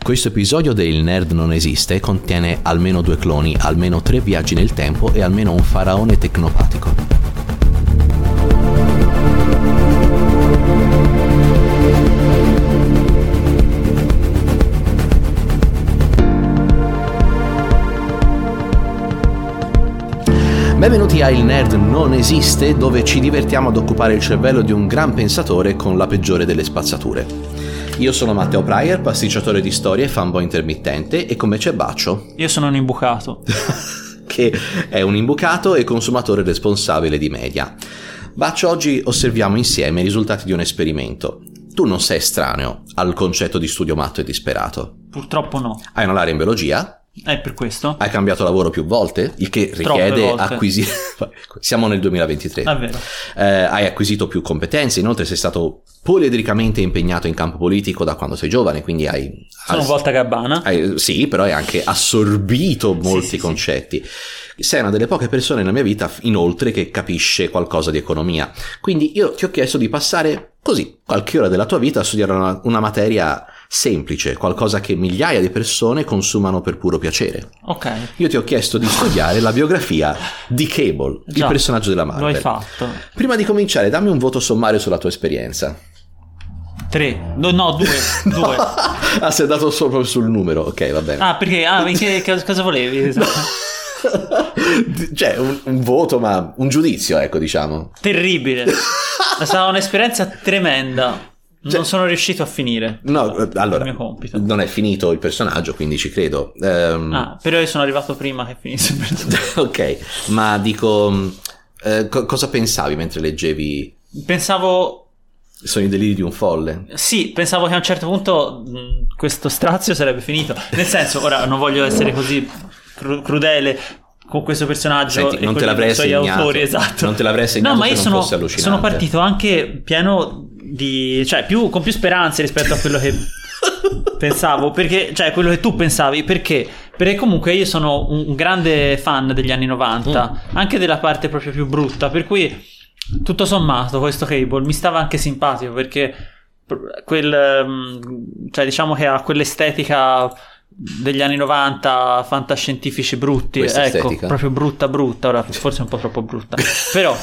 Questo episodio del Nerd Non Esiste contiene almeno due cloni, almeno tre viaggi nel tempo e almeno un faraone tecnopatico. Benvenuti a Il Nerd Non Esiste, dove ci divertiamo ad occupare il cervello di un gran pensatore con la peggiore delle spazzature. Io sono Matteo Pryor, pasticciatore di storie e fanboy intermittente, e con me c'è Baccio, Io sono un imbucato. che è un imbucato e consumatore responsabile di media. Baccio, oggi osserviamo insieme i risultati di un esperimento. Tu non sei estraneo al concetto di studio matto e disperato. Purtroppo no. Hai una laurea in biologia, È per questo? Hai cambiato lavoro più volte, il che Troppe richiede volte. Ah. acquisire... Siamo nel 2023. Davvero. Eh, hai acquisito più competenze, inoltre sei stato poliedricamente impegnato in campo politico da quando sei giovane, quindi hai... Sono hai- volta gabbana. hai- sì, però hai anche assorbito molti sì, sì. concetti. Sei una delle poche persone nella mia vita, inoltre, che capisce qualcosa di economia. Quindi io ti ho chiesto di passare così qualche ora della tua vita a studiare una- una materia semplice, qualcosa che migliaia di persone consumano per puro piacere. Ok. Io ti ho chiesto di studiare la biografia di Cable, il Già, personaggio della Lo hai Marvel. fatto. Prima di cominciare, dammi un voto sommario sulla tua esperienza. Tre. No, no due. Due. ah, sei andato solo sul numero. Ok, va bene. Ah, perché? Ah, perché che- cosa volevi? cioè, un, un voto, ma un giudizio, ecco, diciamo. Terribile. È stata un'esperienza tremenda. Cioè- Non sono riuscito a finire. No, eh, allora, Il mio compito. non è finito il personaggio, quindi ci credo. Ehm, Ah, però io sono arrivato prima che finisse. ok, ma dico, mh, eh, co- cosa pensavi mentre leggevi Pensavo Sono i deliri di un folle? Sì, pensavo che a un certo punto mh, questo strazio sarebbe finito. Nel senso, ora non voglio essere così cru- crudele con questo personaggio Senti, e non te con l'avrei i suoi insegnato. autori, esatto. Non te l'avrei insegnato No, ma se io non sono, fosse allucinante. sono partito anche pieno di... cioè più, con più speranze rispetto a quello che pensavo, perché, cioè quello che tu pensavi, perché? Perché comunque io sono un un grande fan degli anni 90, Mm. anche della parte proprio più brutta, per cui tutto sommato questo Cable mi stava anche simpatico perché pr- quel, ehm, cioè diciamo che ha quell'estetica degli anni 90 fantascientifici brutti, Questa ecco, estetica? proprio brutta brutta, ora forse un po' troppo brutta, però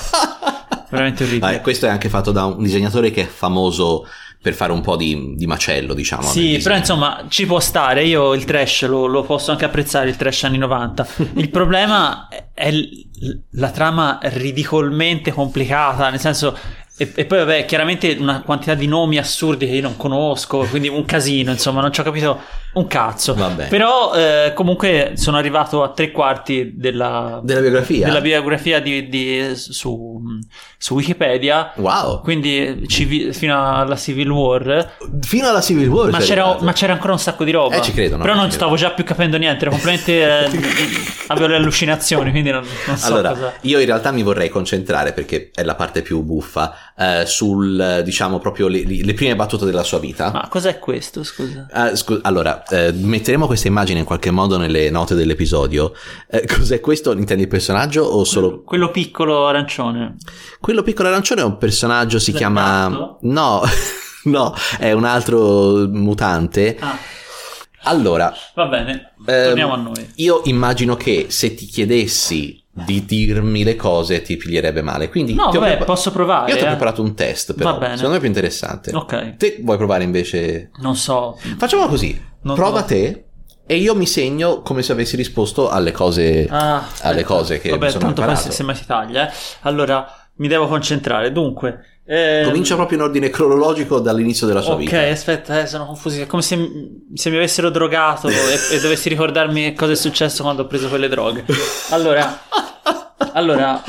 veramente orribile. Ah, e questo è anche fatto da un disegnatore che è famoso per fare un po' di, di macello, diciamo. nel Sì, disegno. però insomma ci può stare, io il trash lo, lo posso anche apprezzare, il trash anni 90. Il problema è- è l- la trama ridicolmente complicata, nel senso... E, e poi vabbè, chiaramente una quantità di nomi assurdi che io non conosco, quindi un casino, insomma, non ci ho capito un cazzo. Vabbè. Però eh, comunque sono arrivato a tre quarti della, Della biografia? della biografia di, di- su, su Wikipedia, Wow! quindi civi- fino alla Civil War. Fino alla Civil War cioè, eh, Ma sei c'era, arrivato. ma c'era ancora un sacco di roba. Eh, ci credo, no, Però ci non credo. stavo già più capendo niente. Ero completamente. eh, avevo le allucinazioni, quindi non, non so Allora, cosa. io in realtà mi vorrei concentrare, perché è la parte più buffa, eh, sul, eh, diciamo, proprio le, le prime battute della sua vita. Ma cos'è questo? Scusa. Ah, scu- allora, eh, metteremo questa immagine in qualche modo nelle note dell'episodio. Eh, cos'è questo? Intendi il personaggio o solo Quello piccolo arancione. Quello piccolo arancione è un personaggio, si Del chiama... gatto? No, no, è un altro mutante. Ah, Allora, va bene. ehm, Torniamo a noi. io immagino che se ti chiedessi di dirmi le cose ti piglierebbe male, quindi... No, ti ho vabbè, prepa- posso provare. Io ti ho eh. preparato un test, però Va bene. secondo me è più interessante. Ok. Te vuoi provare invece... Non so. Facciamo così, Non prova so. te e io mi segno come se avessi risposto alle cose... Ah, alle aspetta. cose che mi Vabbè, sono tanto poi imparato. se, se mai si taglia. eh. Allora, mi devo concentrare. Dunque. ehm, Comincia proprio in ordine cronologico dall'inizio della sua ok, vita. aspetta, eh, sono confuso. È come se, se mi avessero drogato e, e dovessi ricordarmi cosa è successo quando ho preso quelle droghe. Allora, allora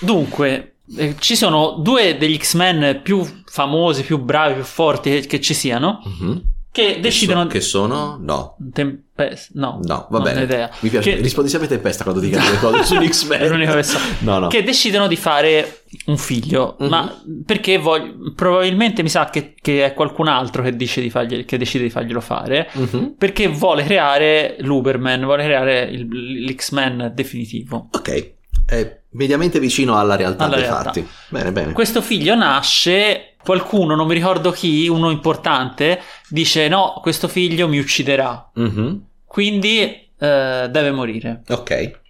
dunque, eh, ci sono due degli X-Men più famosi, più bravi, più forti che, che ci siano, Mhm. che decidono. Che sono? No. Tempest- no, No, va non bene. ho idea. Mi piace. Che- Rispondi sempre tempesta quando ti chiedo le cose su È X-Men. l'unica che so. No, no. che decidono di fare un figlio, Mhm. ma perché voglio, probabilmente mi sa che, che è qualcun altro che, dice di fargli- che decide di farglielo fare, Mhm. perché vuole creare l'Uberman, vuole creare il- l'X-Men definitivo. Ok. È mediamente vicino alla realtà Alla dei realtà. fatti. Bene, bene. Questo figlio nasce qualcuno, non mi ricordo chi, uno importante, dice no, questo figlio mi ucciderà, Mhm. quindi eh, deve morire. Ok.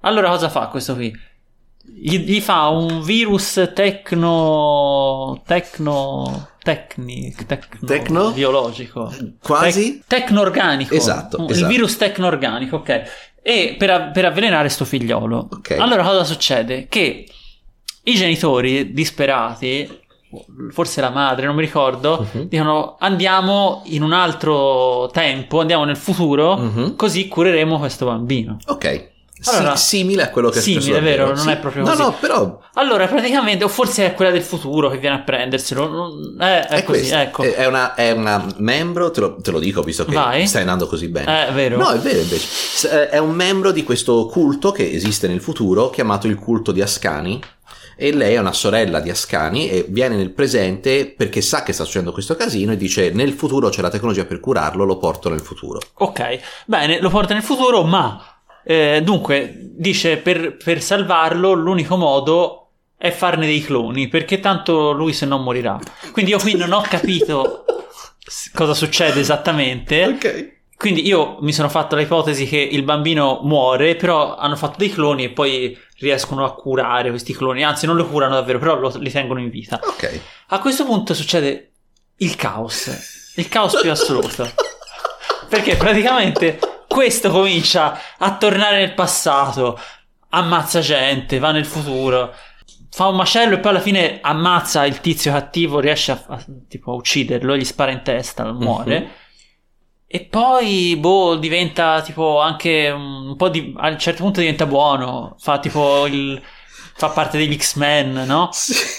Allora cosa fa questo qui? Gli, gli fa un virus tecno... tecno... tecni... tecno... Tecno? biologico. Quasi? Tec- tecno-organico. Esatto, Il esatto. virus tecno-organico, ok. E per, a- per avvelenare sto figliolo. Ok. Ecco. Allora cosa succede? Che i genitori disperati, forse la madre, non mi ricordo, Mhm. dicono andiamo in un altro tempo, andiamo nel futuro, Mhm. così cureremo questo bambino. Ok. Si- Allora- simile a quello che è Simile, successo vero, davvero. non è proprio no, così. No, però Allora praticamente, o forse è quella del futuro che viene a prenderselo, non- eh, è, è, così, questo. ecco. È, è una, è una membro, te lo, te lo dico visto che Vai. stai andando così bene. Eh, è vero. No, è vero invece. S- eh, È un membro di questo culto che esiste nel futuro, chiamato il culto di Ascani. E lei è una sorella di Ascani e viene nel presente perché sa che sta succedendo questo casino e dice nel futuro c'è la tecnologia per curarlo, lo porto nel futuro. Ok, bene, lo porta nel futuro, ma eh, dunque dice per, per salvarlo l'unico modo è farne dei cloni, perché tanto lui se no morirà. Quindi io qui non ho capito eh? s- cosa succede esattamente. ok. Quindi io mi sono fatto l'ipotesi che il bambino muore, però hanno fatto dei cloni e poi riescono a curare questi cloni, anzi non lo curano davvero, però lo- li tengono in vita. Ok. A questo punto succede il caos, il caos più assoluto. Perché praticamente questo comincia a tornare nel passato, ammazza gente, va nel futuro, fa un macello e poi alla fine ammazza il tizio cattivo, riesce a, a- tipo, a ucciderlo, gli spara in testa, muore. Mhm. E poi, boh, diventa tipo anche un po' di... a un certo punto diventa buono, fa tipo il... fa parte degli X-Men, no?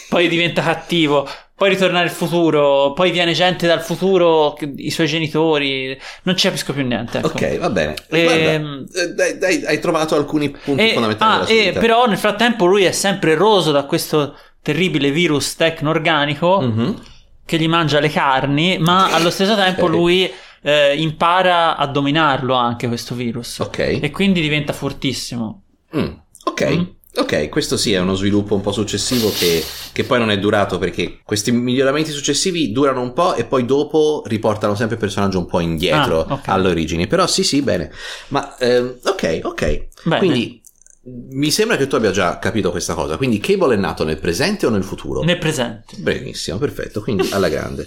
poi diventa cattivo, poi ritorna nel futuro, poi viene gente dal futuro, che- i suoi genitori, non ci capisco più niente. ecco. Ok, va bene. Ehm, Guarda, eh, dai, dai, hai trovato alcuni punti E- fondamentali ah, della sua e vita. però nel frattempo lui è sempre roso da questo terribile virus tecno-organico Mhm. che gli mangia le carni, ma allo stesso tempo Ok. lui eh, impara a dominarlo anche questo virus. Ok. E quindi diventa fortissimo. Mm, ok. Mm. Ok, questo sì è uno sviluppo un po' successivo che, che poi non è durato perché questi miglioramenti successivi durano un po' e poi dopo riportano sempre il personaggio un po' indietro Ah, ok. alle origini. Però sì, sì, bene. Ma ehm, ok, ok. Bene. Quindi mi sembra che tu abbia già capito questa cosa. Quindi Cable è nato nel presente o nel futuro? Nel presente. Benissimo, perfetto. Quindi alla grande.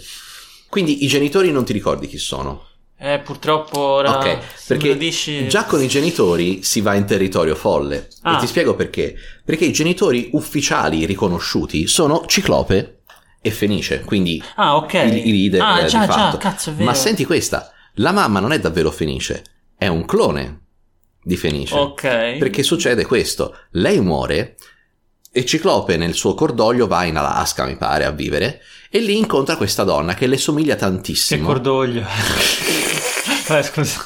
Quindi i genitori non ti ricordi chi sono? Eh, purtroppo ora... Ok, se me lo perché dici- già con i genitori si va in territorio folle. Ah. E ti spiego perché. Perché i genitori ufficiali riconosciuti sono Ciclope e Fenice, quindi Ah, ok. i, i leader ah, eh, già, di già, fatto. cazzo, è vero. Ma senti questa, la mamma non è davvero Fenice, è un clone di Fenice. Ok. Cioè, Perché succede questo, lei muore e Ciclope nel suo cordoglio va in Alaska, mi pare, a vivere, e lì incontra questa donna che le somiglia Che tantissimo. cordoglio. Vabbè, scusa.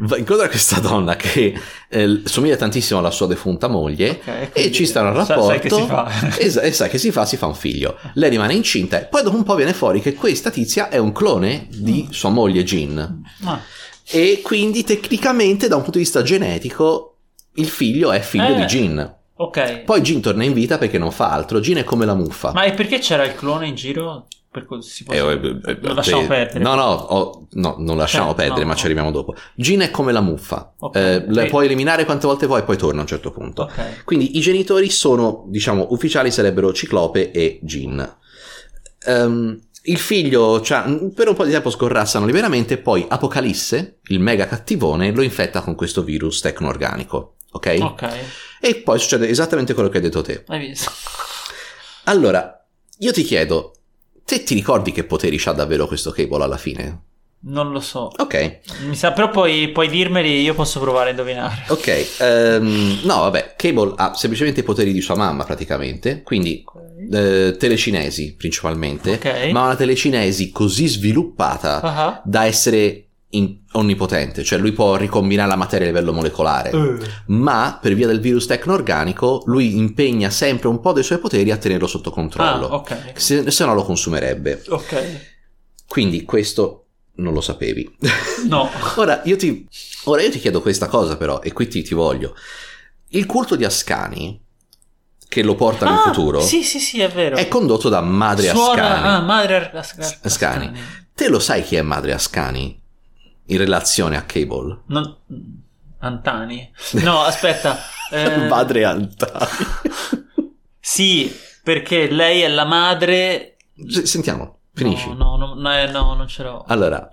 Va incontra questa donna che eh, somiglia tantissimo alla sua defunta moglie Ok, e quindi- ci sta un sa- rapporto sai che si fa. e, sa- e sa che si fa si fa un figlio lei rimane incinta e poi dopo un po' viene fuori che questa tizia è un clone Mm. di sua moglie Jean Ma- e quindi tecnicamente da un punto di vista genetico il figlio è figlio Eh. di Jean ok. poi Jean torna in vita perché non fa altro Jean è come la muffa Ma e perché c'era il clone in giro? Per cui si può... Eh, eh, eh, Lo lasciamo eh, perdere. No, no, oh, no, non lasciamo Eh, perdere, no, ma no. ci arriviamo dopo. Gina è come la muffa. Ok. Eh, la Sì. puoi eliminare quante volte vuoi, poi torna a un certo punto. Ok. Quindi i genitori sono, diciamo, ufficiali sarebbero Ciclope e Gin. Ehm, il figlio cioè, per un po' di tempo scorrassano liberamente, poi Apocalisse, il mega cattivone, lo infetta con questo virus tecno-organico. Ok? Oh. Ok. E poi succede esattamente quello che hai detto te. Hai visto? Allora, io ti chiedo, te ti ricordi che poteri c'ha davvero questo cable alla fine? Non lo so. Ok, Mi sa, però poi puoi dirmeli, io posso provare a indovinare. ok. ehm, no, vabbè, Cable ha semplicemente i poteri di sua mamma praticamente, quindi Ok. eh, telecinesi principalmente, Ok. ma una telecinesi così sviluppata Ah. da essere in- onnipotente, cioè lui può ricombinare la materia a livello molecolare. Eh. Ma per via del virus tecno-organico, lui impegna sempre un po' dei suoi poteri a tenerlo sotto Ah, controllo. ok. se, se no lo consumerebbe. Ok. Quindi questo non lo sapevi. No. Ora io ti, ora io ti chiedo questa cosa però, e qui ti, ti voglio. Il culto di Ascani che lo porta nel Ah, futuro Sì, sì, sì, è vero. è condotto da Madre Suora, Ascani. ah, madre Ar- Asca- S- Ascani. Ascani. Te lo sai chi è Madre Ascani in relazione a Cable? Non- Antani. No, aspetta. eh, Madre Antani. Sì, perché lei è la madre. S- Sentiamo, finisci. No, no, no, no, eh, no, non ce l'ho. Allora,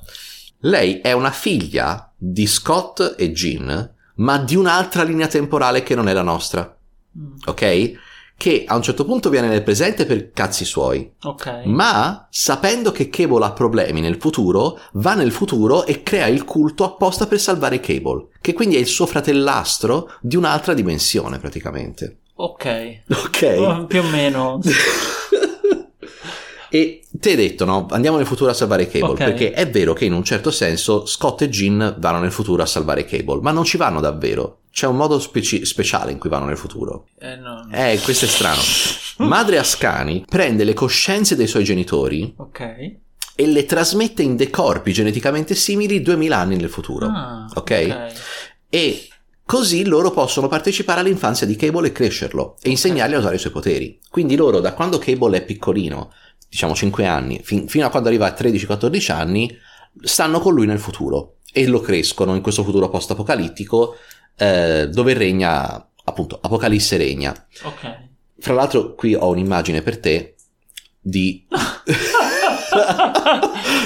lei è una figlia di Scott e Jean, ma di un'altra linea temporale che non è la nostra, Mm, ok? Che a un certo punto viene nel presente per cazzi suoi, Ok. ma sapendo che Cable ha problemi nel futuro, va nel futuro e crea il culto apposta per salvare Cable, che quindi è il suo fratellastro di un'altra dimensione praticamente. Ok. Ok. Oh, Più o meno. e ti hai detto, no? Andiamo nel futuro a salvare Cable. Ok. Perché è vero che in un certo senso Scott e Jean vanno nel futuro a salvare Cable, ma non ci vanno davvero. C'è un modo speci- speciale in cui vanno nel futuro. Eh, no. Eh, questo è strano. Mm. Madre Ascani prende le coscienze dei suoi genitori Ok. e le trasmette in dei corpi geneticamente simili 2000 anni nel futuro. Ah, ok? E così loro possono partecipare all'infanzia di Cable e crescerlo e insegnargli a usare i suoi poteri. Quindi loro, da quando Cable è piccolino, diciamo 5 anni, fin- fino a quando arriva a 13-14 anni, stanno con lui nel futuro e lo crescono in questo futuro post-apocalittico eh, dove regna, appunto, Apocalisse regna. Ok. Fra l'altro qui ho un'immagine per te di...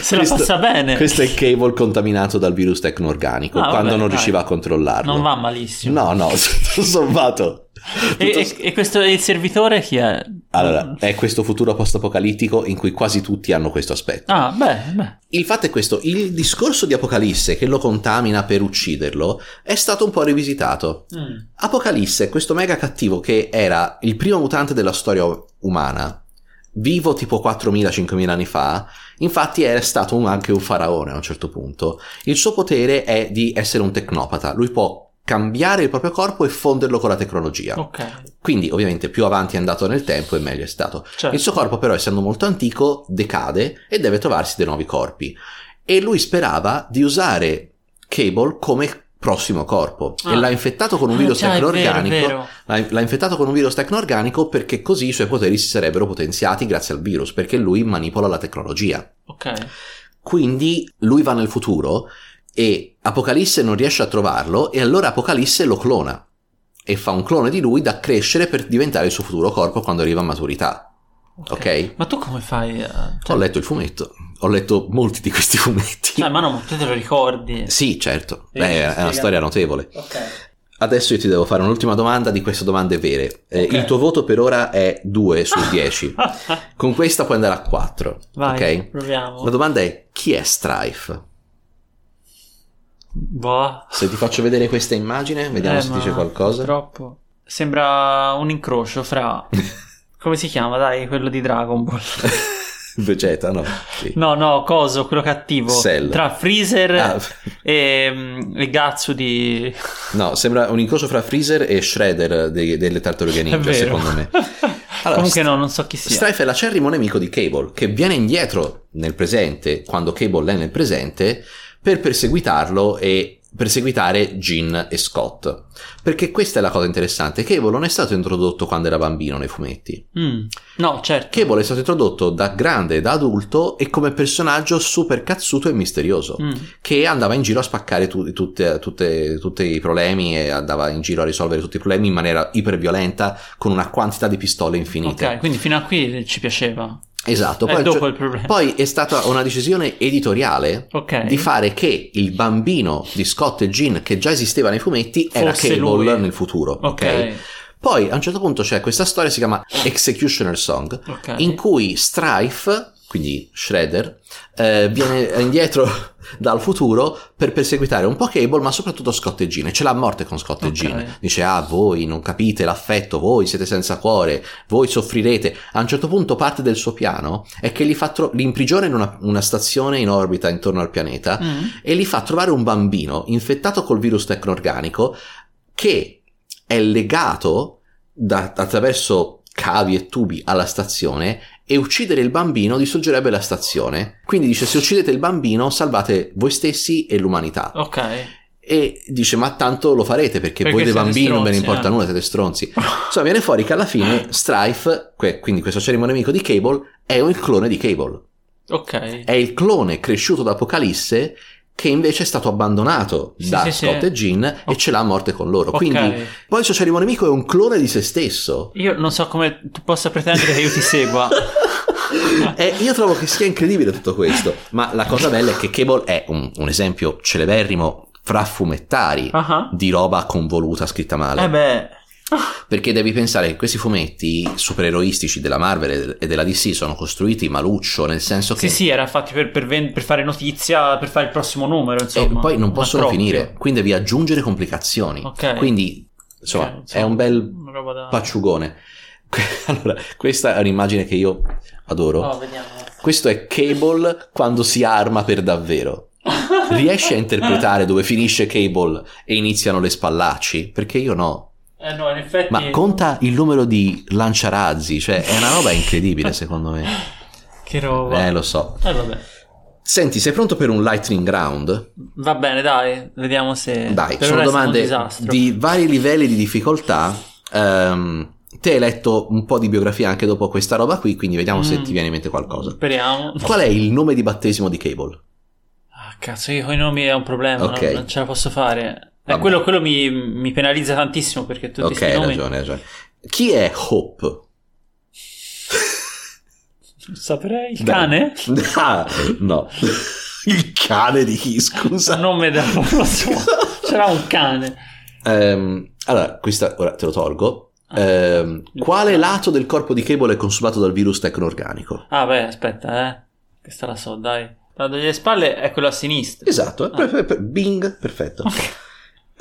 Se la Questo- passa bene. Questo è Cable contaminato dal virus tecno-organico Ah, vabbè, quando non dai. riusciva a controllarlo. Non va malissimo. No, no, tutto sommato. Cioè. E, Tutto- e- e questo il servitore chi è? Allora, è questo futuro post-apocalittico in cui quasi tutti hanno questo aspetto. Ah, beh, beh. Il fatto è questo, il discorso di Apocalisse che lo contamina per ucciderlo è stato un po' rivisitato. Mm. Apocalisse è questo mega cattivo che era il primo mutante della storia umana, vivo tipo 4.000-5.000 anni fa, infatti era stato un- anche un faraone a un certo punto. Il suo potere è di essere un tecnopata, lui può cambiare il proprio corpo e fonderlo con la tecnologia. Ok. Quindi ovviamente più avanti è andato nel tempo e meglio è stato. Certo. Il suo corpo però essendo molto antico decade e deve trovarsi dei nuovi corpi. E lui sperava di usare Cable come prossimo corpo e Ah. l'ha infettato con un Ah, virus già, è vero, è tecno-organico. vero. L'ha, l'ha infettato con un virus tecno-organico perché così i suoi poteri si sarebbero potenziati grazie al virus, perché lui manipola la tecnologia. Ok. Quindi lui va nel futuro e Apocalisse non riesce a trovarlo e allora Apocalisse lo clona e fa un clone di lui da crescere per diventare il suo futuro corpo quando arriva a maturità. Ok? Ma tu come fai? a- Ho Cioè, letto il fumetto, ho letto molti di questi fumetti. cioè, ma no, ma tu te lo ricordi. Sì, certo, Sì, Beh, è una spiega. storia notevole. Ok. Adesso io ti devo fare un'ultima domanda di queste domande vere. Eh, Ok. Il tuo voto per ora è 2 su 10. Con questa puoi andare a 4. Vai, Ok? proviamo. La domanda è chi è Strife? Boh. Se ti faccio vedere questa immagine, vediamo Eh, se ma dice qualcosa. Purtroppo. Sembra un incrocio fra. come si chiama, dai, quello di Dragon Ball. Vegeta, no. Sì. No, no, coso, quello cattivo. Cell. Tra Freezer Ah, e, mm, e Gatsu di... no, sembra un incrocio fra Freezer e Shredder dei- delle tartarughe È ninja, vero. secondo me. Allora, Comunque St- no, non so chi sia. Strife è l'acerrimo nemico di Cable, che viene indietro nel presente, quando Cable è nel presente, per perseguitarlo e perseguitare Jean e Scott. Perché questa è la cosa interessante, Cable non è stato introdotto quando era bambino nei fumetti. Mm. No, certo. Cable è stato introdotto da grande, da adulto e come personaggio super cazzuto e misterioso. Mm. che andava in giro a spaccare tu- tutte- tutte- tutti i problemi e andava in giro a risolvere tutti i problemi in maniera iperviolenta con una quantità di pistole infinite. Ok, quindi fino a qui ci piaceva. Esatto. È Poi, dopo il problema. poi è stata una decisione editoriale Ok. di fare che il bambino di Scott e Jean che già esisteva nei fumetti era Fosse Cable lui. nel futuro. ok. Ok. Poi a un certo punto c'è questa storia, si chiama Executioner Song, Ok. in cui Strife, quindi Shredder, eh, viene indietro dal futuro per perseguitare un po' Cable, ma soprattutto Scott e Jean. E ce l'ha a morte con Scott e Ok. Jean. Dice, ah, voi non capite l'affetto, voi siete senza cuore, voi soffrirete. A un certo punto parte del suo piano è che li, fa tro- li imprigiona in una, una stazione in orbita intorno al pianeta Mm. e li fa trovare un bambino infettato col virus tecno-organico che è legato da- attraverso cavi e tubi alla stazione e uccidere il bambino distruggerebbe la stazione. Quindi dice se uccidete il bambino salvate voi stessi e l'umanità. Ok. e dice ma tanto lo farete perché, Perché voi dei siete bambini non ve ne stronzi, importa eh. nulla, siete stronzi. Insomma viene fuori che alla fine Strife, que- quindi questo acerrimo nemico di Cable, è un clone di Cable. Ok. È il clone cresciuto da Apocalisse che invece è stato abbandonato Sì, da sì, sì. Scott e Jean Ok. e ce l'ha a morte con loro. Ok. Quindi poi il suo acerrimo nemico è un clone di se stesso. Io non so come tu possa pretendere che Eh, io ti segua. E io trovo che sia incredibile tutto questo, ma la cosa bella è che Cable è un, un esempio celeberrimo fra fumettari Ah di roba convoluta scritta ah. male. Eh beh. Perché devi pensare che questi fumetti supereroistici della Marvel e della DC sono costruiti maluccio, nel senso che Sì, sì, era fatti per, per ven- per fare notizia, per fare il prossimo numero, e insomma. poi non Ma possono proprio. finire, quindi devi aggiungere complicazioni. Ok. Quindi, insomma, Ok, insomma, è un bel una roba da... pacciugone. Allora, questa è un'immagine che io adoro. Oh, vediamo. Questo è Cable quando si arma per davvero. Riesci a interpretare dove finisce Cable e iniziano le spallacci? Perché io no. Eh no, in effetti... Ma conta il numero di lanciarazzi, cioè è una roba incredibile secondo me. Che roba. Eh, lo so. Eh, vabbè. Senti, sei pronto per un lightning round? Va bene, dai, vediamo se... Dai, Eh, per sono ora è stato un domande disastro. di vari livelli di difficoltà. Ehm, te hai letto un po' di biografia anche dopo questa roba qui, quindi vediamo se Mm. ti viene in mente qualcosa. Speriamo. Qual è il nome di battesimo di Cable? Ah, cazzo, io con i nomi è un problema, Ok. non, non ce la posso fare. Eh, Vabbè. quello quello mi, mi penalizza tantissimo perché tutti ok, questi hai nomi... ragione, hai ragione. Chi è Hope? Saprei, il Dai. cane? Ah, no. Il cane di chi, scusa? Cioè, Non me da non lo so. C'era un cane. Ehm, allora, questa ora te lo tolgo. Ah. Ehm, quale lato del corpo di Cable è consumato dal virus tecno-organico? Ah, beh, aspetta, eh. Questa la so, dai. La delle spalle è quello a sinistra. Esatto, eh, Ah. per- per- bing, perfetto.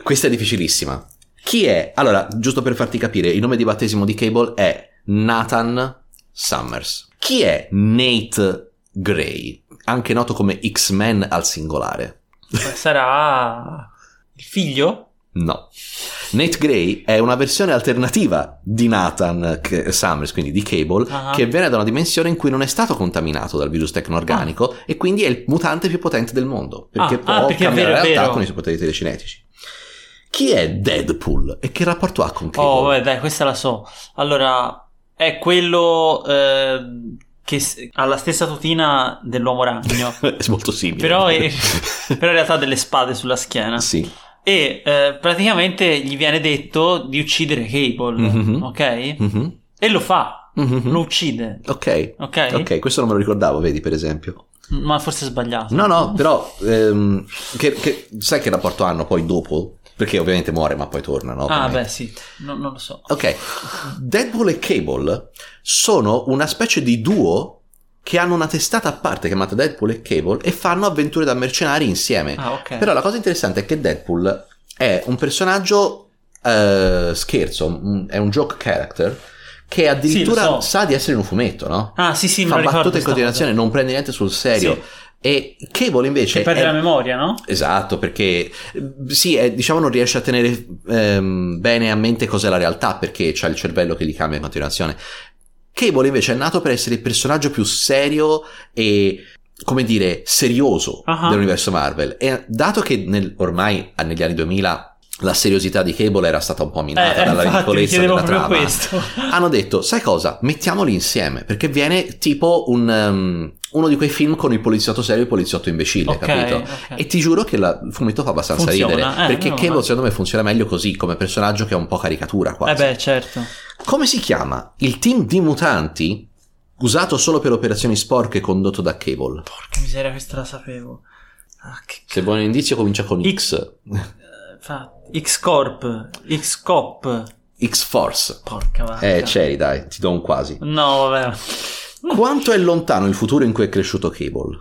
Questa è difficilissima. Chi è? Allora, giusto per farti capire, il nome di battesimo di Cable è Nathan Summers. Chi è Nate Gray, anche noto come X-Men al singolare? Sarà il figlio? No. Nate Gray è una versione alternativa di Nathan che- Summers, quindi di Cable, Ah. che viene da una dimensione in cui non è stato contaminato dal virus tecno-organico e quindi è il mutante più potente del mondo, perché Ah, può ah, perché è cambiare vero, la è realtà vero. con i suoi poteri telecinetici. Chi è Deadpool e che rapporto ha con Cable? Oh, vabbè, dai, questa la so. Allora, è quello eh, che s- ha la stessa tutina dell'uomo ragno. è molto simile. Però è- Però in realtà ha delle spade sulla schiena. Sì. E eh, praticamente gli viene detto di uccidere Cable, Mhm. ok? Mhm, E lo fa, mhm. lo uccide, Ok. ok? Ok, questo non me lo ricordavo, vedi, per esempio. Ma forse è sbagliato. No, no, però ehm, che- che- sai che rapporto hanno poi dopo? Perché ovviamente muore ma poi torna, no? Ah, Ovviamente. beh, sì, No, non lo so. Ok, Deadpool e Cable sono una specie di duo che hanno una testata a parte chiamata Deadpool e Cable e fanno avventure da mercenari insieme. Ah, ok. Però la cosa interessante è che Deadpool è un personaggio eh, scherzo, mm, è un joke character che addirittura lo so. sa di essere in un fumetto, no? Ah, sì, sì, me Fa lo ricordo. battute in sta cosa. continuazione, non prende niente sul serio. Sì, E Cable invece che perde è- la memoria, no? Esatto, perché eh, sì, è- diciamo non riesce a tenere ehm, bene a mente cos'è la realtà perché c'ha il cervello che gli cambia in continuazione. Cable invece è nato per essere il personaggio più serio e come dire serioso Ah. dell'universo Marvel e dato che nel- ormai ah, negli anni 2000 la seriosità di Cable era stata un po' minata Eh, dalla infatti, mi piccolezza chiedevo della proprio trama questo. hanno detto, sai cosa? Mettiamoli insieme, perché viene tipo un, um, uno di quei film con il poliziotto serio e il poliziotto imbecille, Ok, capito? ok. E ti giuro che la- il fumetto fa abbastanza Eh. Funziona, ridere, eh, perché no, Cable ma- secondo me funziona meglio così, come personaggio che è un po' caricatura Eh quasi. beh, certo. Come si chiama il team di mutanti usato solo per operazioni sporche condotto da Cable? Porca miseria, questa la sapevo. Ah, che Se vuoi un indizio comincia con X. eh, fa- X-Corp, X-Cop. X-Force. Porca vacca. Eh, c'eri, dai, ti do un quasi. No, vabbè. Quanto è lontano il futuro in cui è cresciuto Cable?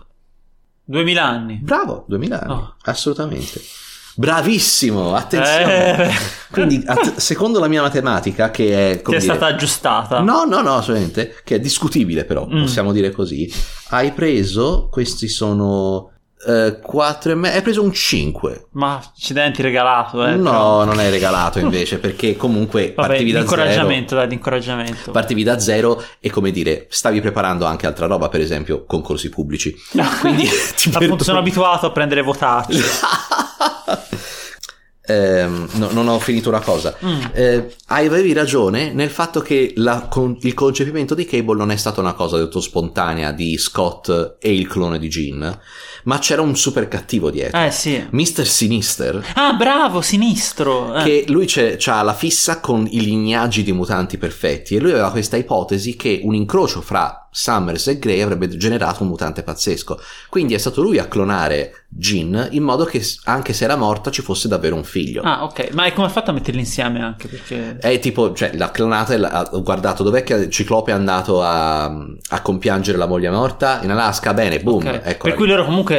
2000 anni. Bravo, 2000 anni, Oh. assolutamente. Bravissimo, attenzione. Eh, Quindi, att- secondo la mia matematica, che è... che come è dire- stata aggiustata. No, no, no, assolutamente, che è discutibile però, Ah. Mm. possiamo dire così. Hai preso, questi sono 4 e me- hai preso un 5. Ma accidenti regalato, eh. no, però. non è regalato invece, perché comunque Vabbè, partivi da zero. incoraggiamento, dai, incoraggiamento. Partivi da zero e come dire, stavi preparando anche altra roba, per esempio concorsi pubblici. Quindi ti Appunto, perdono. sono abituato a prendere votacci. ehm, no- non ho finito una cosa. Mm. Eh, avevi ragione nel fatto che la- con- il concepimento di Cable non è stata una cosa del tutto spontanea di Scott e il clone di Jean, ma c'era un super cattivo dietro. Eh sì. Mister Sinister, Ah, bravo, sinistro. eh. che lui c'è, c'ha la fissa con i lignaggi di mutanti perfetti e lui aveva questa ipotesi che un incrocio fra Summers e Grey avrebbe generato un mutante pazzesco. Quindi è stato lui a clonare Jean in modo che s- anche se era morta ci fosse davvero un figlio. Ah, ok. Ma è come ha fatto a metterli insieme anche? Perché... È tipo, cioè, l'ha clonata e l'ha ho guardato dov'è che Ciclope è andato a, a compiangere la moglie morta? In Alaska, bene, boom, ecco Ok. eccola Per cui lì. loro comunque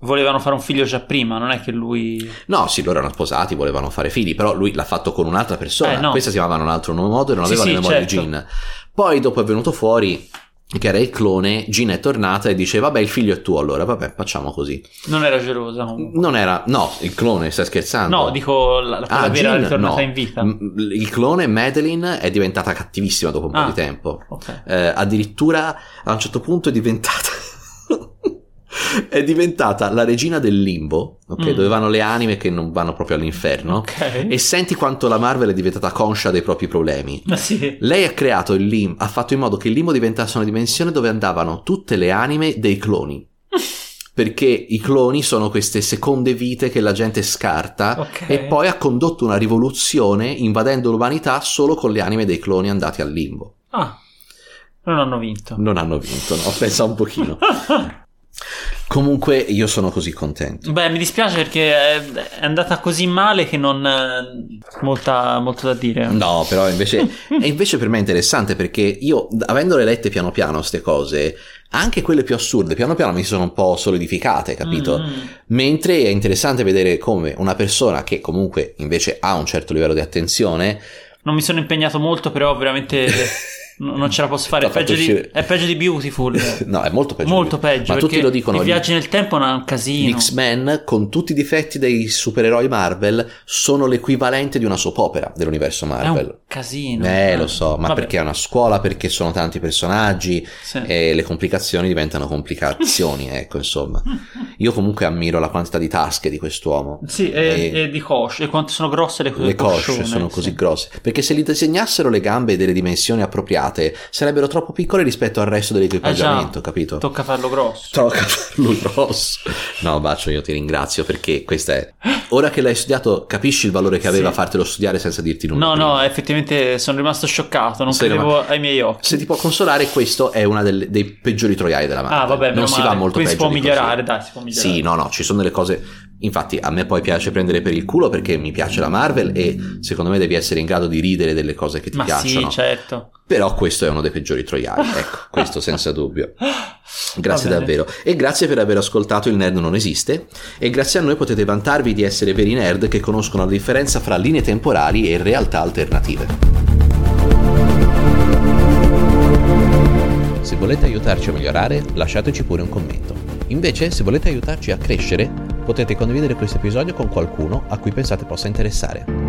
volevano fare un figlio già prima, non è che lui... No, sì, loro erano sposati, volevano fare figli, però lui l'ha fatto con un'altra persona. Eh, no. Questa si chiamava in un altro modo e non Sì, aveva sì, le memorie certo. di Jean. Poi dopo è venuto fuori che era il clone, Jean è tornata e dice vabbè il figlio è tuo allora, vabbè facciamo così. Non era gelosa comunque. Non era, no, il clone, stai scherzando? No, dico la, la Ah, vera Jean, ritornata no. Mm. in vita. M- Il clone Madeline è diventata cattivissima dopo un po' Ah. di tempo. Ok. Eh, addirittura a un certo punto è diventata. è diventata la regina del limbo, ok? Mm. Dove vanno le anime che non vanno proprio all'inferno. Ok. E senti quanto la Marvel è diventata conscia dei propri problemi. Ma sì. Lei ha creato il limbo, ha fatto in modo che il limbo diventasse una dimensione dove andavano tutte le anime dei cloni. Perché i cloni sono queste seconde vite che la gente scarta Ok. e poi ha condotto una rivoluzione invadendo l'umanità solo con le anime dei cloni andati al limbo. Ah, non hanno vinto. Non hanno vinto, no? Mm, Pensa un pochino. Comunque io sono così contento. Beh, mi dispiace perché è, è andata così male che non... eh, Molta, molto da dire. No, però invece, e invece per me è interessante perché io, d- avendole lette piano piano queste cose, anche quelle più assurde, piano piano mi sono un po' solidificate, capito? Mm, mm. Mentre è interessante vedere come una persona che comunque invece ha un certo livello di attenzione, Non mi sono impegnato molto, però veramente n- non ce la posso fare. È L'ha fatto peggio, di, uscire. è peggio di Beautiful. no, è molto peggio. Molto peggio. Ma tutti perché lo dicono, I gli, viaggi nel tempo è un gli casino. X-Men con tutti i difetti dei supereroi Marvel sono l'equivalente di una soap opera dell'universo È un Marvel. casino. Eh, lo so, ma Vabbè, perché è una scuola, perché sono tanti personaggi, sì. e le complicazioni diventano complicazioni, ecco, insomma. Io comunque ammiro la quantità di tasche di quest'uomo. Sì, e, e di cosce. E quanto sono grosse le, le cosce coscione, sono sì. così grosse. Perché se gli disegnassero le gambe delle dimensioni appropriate, sarebbero troppo piccole rispetto al resto Eh già, dell'equipaggiamento, capito? tocca farlo grosso. Tocca farlo grosso. No, Bacio, io ti ringrazio perché questa è. Ora che l'hai studiato, capisci il valore che aveva Eh. Sì. fartelo studiare senza dirti nulla. No, prima. no, effettivamente sono rimasto scioccato, non Sei credevo ai miei occhi. Se ti può consolare, questo è uno dei peggiori troiai della Marvel. Ah, vabbè, meno non si male. va molto Quindi si peggio può di così. migliorare, dai, si può migliorare. Sì, no, no, ci sono delle cose. Infatti, a me poi piace prendere per il culo perché mi piace la Marvel e secondo me devi essere in grado di ridere delle cose che ti Ma piacciono. sì, certo. Però questo è uno dei peggiori troiali, ecco, questo senza dubbio. Grazie Va bene. davvero. E grazie per aver ascoltato Il Nerd Non Esiste. E grazie a noi potete vantarvi di essere veri nerd che conoscono la differenza fra linee temporali e realtà alternative. Se volete aiutarci a migliorare, lasciateci pure un commento. Invece, se volete aiutarci a crescere, potete condividere questo episodio con qualcuno a cui pensate possa interessare.